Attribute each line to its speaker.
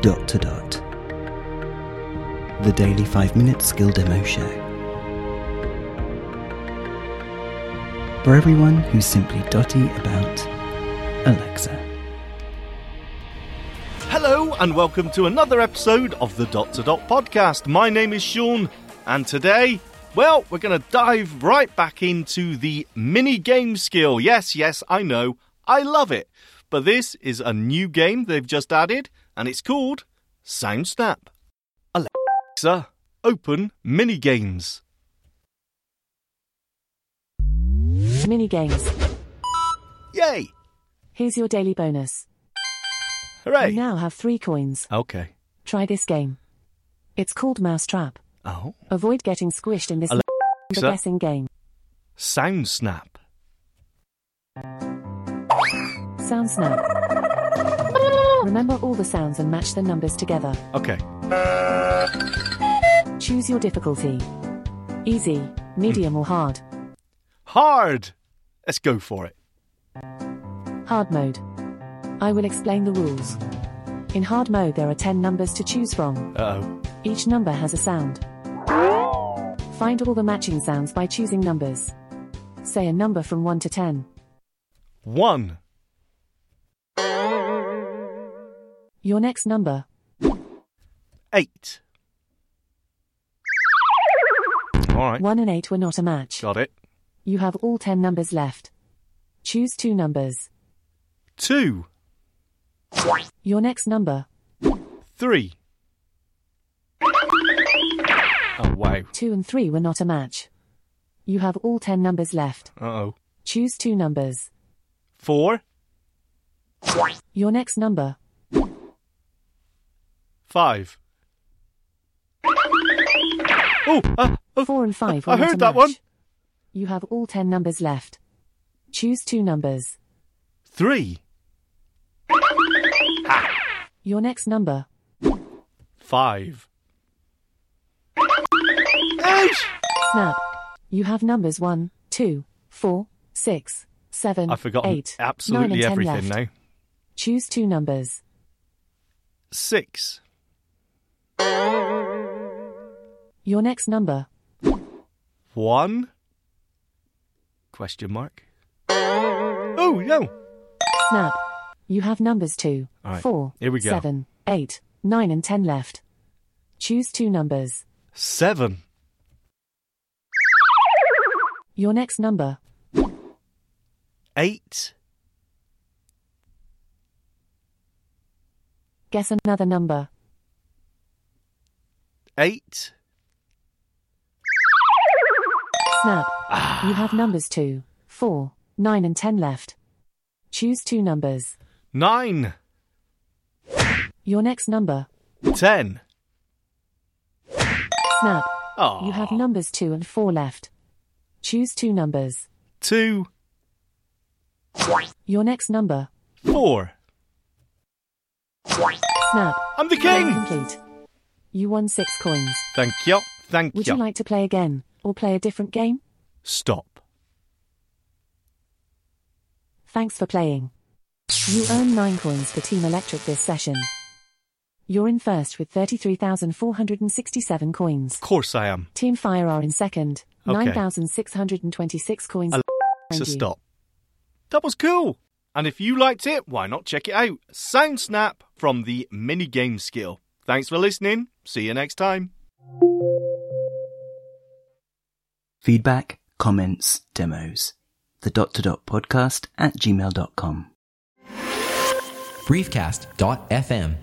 Speaker 1: dot to dot. The Daily 5 Minute Skill Demo Show. For everyone who's simply dotty about Alexa.
Speaker 2: Hello, and welcome to another episode of the Dot to Dot podcast. My name is Sean, and today, well, we're going to dive right back into the mini game skill. Yes, yes, I know, I love it. But this is a new game they've just added, and it's called Sound Snap. Alexa, open mini games.
Speaker 3: Mini games.
Speaker 2: Yay!
Speaker 3: Here's your daily bonus. You
Speaker 2: Hooray!
Speaker 3: now have three coins.
Speaker 2: Okay.
Speaker 3: Try this game. It's called Mousetrap.
Speaker 2: Oh,
Speaker 3: Avoid getting squished in this
Speaker 2: Alexa.
Speaker 3: number guessing game.
Speaker 2: Sound Snap.
Speaker 3: Sound snap. Remember all the sounds and match the numbers together.
Speaker 2: Okay.
Speaker 3: Choose your difficulty. Easy, medium or hard.
Speaker 2: Hard! Let's go for it.
Speaker 3: Hard mode. I will explain the rules. In hard mode there are 10 numbers to choose from.
Speaker 2: Uh oh.
Speaker 3: Each number has a sound. Find all the matching sounds by choosing numbers. Say a number from 1 to 10.
Speaker 2: One.
Speaker 3: Your next number.
Speaker 2: Eight. All right.
Speaker 3: 1 and 8 were not a match.
Speaker 2: Got it.
Speaker 3: You have all 10 numbers left. Choose two numbers.
Speaker 2: Two.
Speaker 3: Your next number.
Speaker 2: Three. Oh, wow.
Speaker 3: 2 and 3 were not a match. You have all 10 numbers left.
Speaker 2: Uh oh.
Speaker 3: Choose two numbers.
Speaker 2: Four.
Speaker 3: Your next number.
Speaker 2: Five. Oh, uh, oh,
Speaker 3: 4 and 5 were
Speaker 2: I
Speaker 3: not
Speaker 2: heard
Speaker 3: a
Speaker 2: that
Speaker 3: match.
Speaker 2: one.
Speaker 3: You have all 10 numbers left. Choose two numbers.
Speaker 2: Three.
Speaker 3: Your next number.
Speaker 2: Five. Ouch!
Speaker 3: Snap. You have numbers 1, 2, 4, 6, 7,
Speaker 2: I've forgotten
Speaker 3: 8, 9 and
Speaker 2: absolutely
Speaker 3: 10
Speaker 2: everything
Speaker 3: left.
Speaker 2: now.
Speaker 3: Choose two numbers.
Speaker 2: Six.
Speaker 3: Your next number.
Speaker 2: One. Question mark. Oh, no.
Speaker 3: Snap. You have numbers 2,
Speaker 2: All right,
Speaker 3: 4,
Speaker 2: here we go.
Speaker 3: 7, 8, 9 and 10 left. Choose two numbers.
Speaker 2: Seven.
Speaker 3: Your next number.
Speaker 2: Eight.
Speaker 3: Guess another number.
Speaker 2: Eight.
Speaker 3: Snap.
Speaker 2: Ah.
Speaker 3: You have numbers 2, 4, 9 and 10 left. Choose two numbers.
Speaker 2: Nine.
Speaker 3: Your next number.
Speaker 2: Ten.
Speaker 3: Snap.
Speaker 2: Oh,
Speaker 3: You have numbers 2 and 4 left. Choose two numbers.
Speaker 2: two,
Speaker 3: Your next number.
Speaker 2: four.
Speaker 3: Snap.
Speaker 2: I'm the
Speaker 3: Game
Speaker 2: king.
Speaker 3: complete. You won 6 coins.
Speaker 2: Thank you. Thank
Speaker 3: Would
Speaker 2: you.
Speaker 3: you like to play again or play a different game?
Speaker 2: Stop.
Speaker 3: Thanks for playing. You earn 9 coins for Team Electric this session. You're in first with 33,467 coins.
Speaker 2: Of course I am.
Speaker 3: Team Fire are in second,
Speaker 2: Okay.
Speaker 3: 9,626 coins.
Speaker 2: Alexa, So
Speaker 3: behind you.
Speaker 2: stop. That was cool. And if you liked it, why not check it out? Sound Snap from the mini game skill. Thanks for listening. See you next time.
Speaker 1: Feedback, comments, demos. The dot to dot podcast at gmail.com.
Speaker 4: briefcast.fm